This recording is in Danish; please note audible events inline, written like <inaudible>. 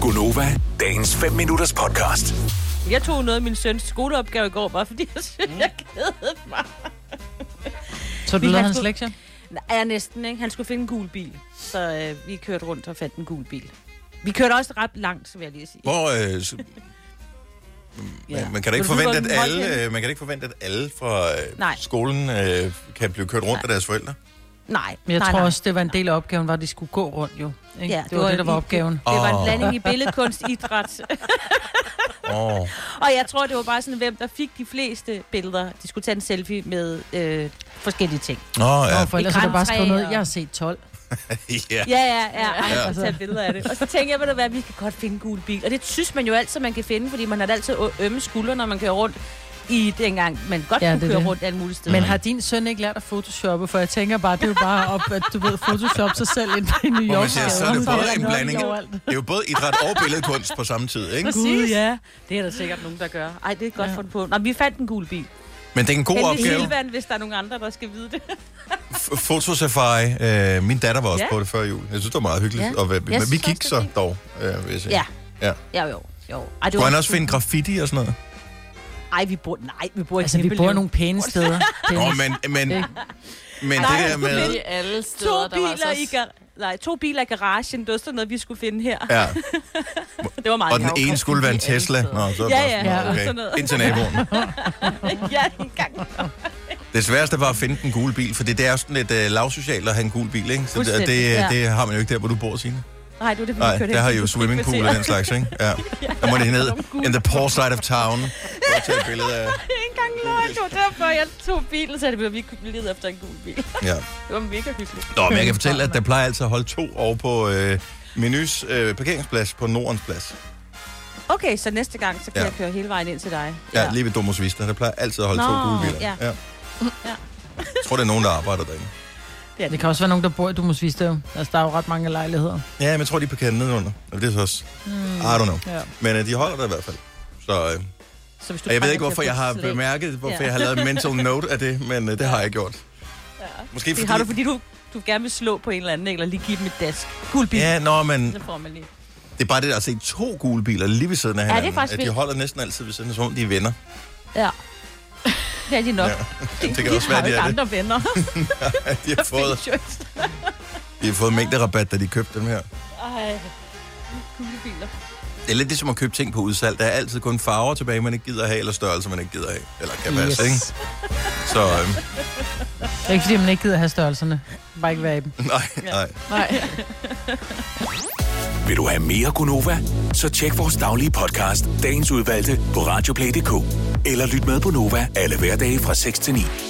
Gunova, dagens 5 minutters podcast. Jeg tog noget af min søns skoleopgave i går, bare fordi jeg Mm. synes, jeg kædede mig. Så du Vi har lavede hans sgu- lektier? Nej, jeg næsten, ikke? Han skulle finde en gul bil. Så øh, vi kørte rundt og fandt en gul bil. Vi kørte også ret langt, vil jeg lige sige. Hvor, <laughs> øh, s- Ja. man, man, kan da ikke Vil du vide, forvente, hvor at den holdt alle, henne? øh, man kan da ikke forvente, at alle fra øh, Nej. skolen øh, kan blive kørt rundt af deres forældre. Nej, Men jeg nej, tror nej. også, det var en del af opgaven, var, at de skulle gå rundt jo. Ikke? det, var det, der var i- opgaven. Det var en Åh. blanding i billedkunst, idræt. Åh, oh, og jeg tror, det var bare sådan, hvem der fik de fleste billeder. De skulle tage en selfie med øh, forskellige ting. oh, Ja. ja. <laughs> For ellers er der bare grantræer. skrevet noget. Jeg har set 12. ja. Ja, ja, ja. Ej, Ja. jeg tage billeder af det. Og så tænker jeg, ved du hvad, vi skal godt finde en gul bil. Og det synes man jo altid, man kan finde, fordi man har da altid ø- ømme skuldre, når man kører rundt i dengang, man godt Ja, ja, kunne det er køre det. rundt alle mulige steder. Men har din søn ikke lært at photoshoppe? For jeg tænker bare, det er jo bare op, at du ved, photoshop sig selv ind i New Hvor York. Altså, man siger, så er det både en blanding. Det er jo både idræt og billedkunst på samme tid, ikke? Gud, ja. Det er der sikkert nogen, der gør. Ej, det er godt ja. fundet på. Nå, men vi fandt en gul bil. Men det er en god Endelig opgave. Silvan, hvis der er nogen andre, der skal vide det. F- Fotosafari. Øh, min datter var også Ja. på det før jul. Jeg synes, det var meget hyggeligt. Ja. Ja. Og, Jeg vi- men vi synes gik også, så det dog, øh, vil jeg sige. Ja. ja. Ja, jo, jo. Ej, det Kunne var- han også finde graffiti og sådan noget? Ej, vi bor... Nej, vi bor i Altså, vi Himmelev. bor nogle pæne steder. Nå, Dennis. men, men, Det- men Nej, det der men- med... i alle To steder, der var biler så... i gar- Nej, to biler i garagen. Det var sådan noget, vi skulle finde her. <laughs> Ja, Det var meget og den sjovt. ene skulle være en graffiti alle Tesla. steder. Nå, så er det Ja, også ja, sådan, og sådan noget. Ind til naboen. <laughs> ja, en gang. Det sværeste var at finde den gule bil, for det er jo sådan lidt øh, lavsocialt at have en gul bil, ikke? Så det, det, Fuldstændig, ja. det har man jo ikke der, hvor du bor, Signe. Nej, du er det, vi Nej, kørte der hen har I til jo swimmingpool og kvarteret. den slags, ikke? <laughs> Ja. Der må det ned in the poor side of town. For at tage et billede af... en gang løgn, det var derfor, jeg tog bilen, så det blev vi kunne lede efter en gul bil. Ja. Det var mega hyggeligt. Nå, men jeg kan fortælle, at der plejer altså at holde to over på øh, Menys øh, parkeringsplads på Nordens Plads. Okay, så næste gang, så kan Ja. ja. jeg køre hele vejen ind til dig. Ja, lige ved Domus Vista. Der plejer altid at holde to Nå, gule biler. ja. Ja. Jeg tror, det er nogen, der arbejder derinde. Det kan også være nogen, der bor i Dumus Vistøv. Altså, der er jo ret mange lejligheder. Ja, men jeg tror, de parkerer nedenunder. Eller Det er så også... Mm. I don't know. Ja. Men øh, de holder der i hvert fald. Så... Øh, Så hvis Og jeg ved trænger ikke, til at hvorfor jeg putte har slag- bemærket, hvorfor Ja. jeg har lavet en mental note af det, men øh, det har jeg gjort. Ja. Måske Det fordi... har du, fordi du, du gerne vil slå på en eller anden, ikke? eller lige give dem et dask. Gul bil. Ja, nå, men Så får man lige. det er bare det, der at se to gule biler lige ved siden af det er hinanden. faktisk at de vildt. holder næsten altid ved siden af, som om de er <laughs> venner. Ja. Det er de nok. Ja, Ja. det kan også være, <laughs> de det har er jo det. ikke andre <laughs> venner. De har fået, Findes jo ikke. de har fået mængderabat, da de købte dem her. Ej, gule biler. Det er lidt ligesom at købe ting på udsalg. Der er altid kun farver tilbage, man ikke gider have, eller størrelser, man ikke gider have. Eller kan yes. passe, altså, ikke? Så øhm, <laughs> Det er ikke, fordi man ikke gider have størrelserne. Bare ikke være i dem. nej, nej. Vil du have mere Gunova? Så tjek vores daglige podcast, dagens udvalgte, på radioplay.dk. Eller lyt med på Nova alle hverdage fra 6 til 9.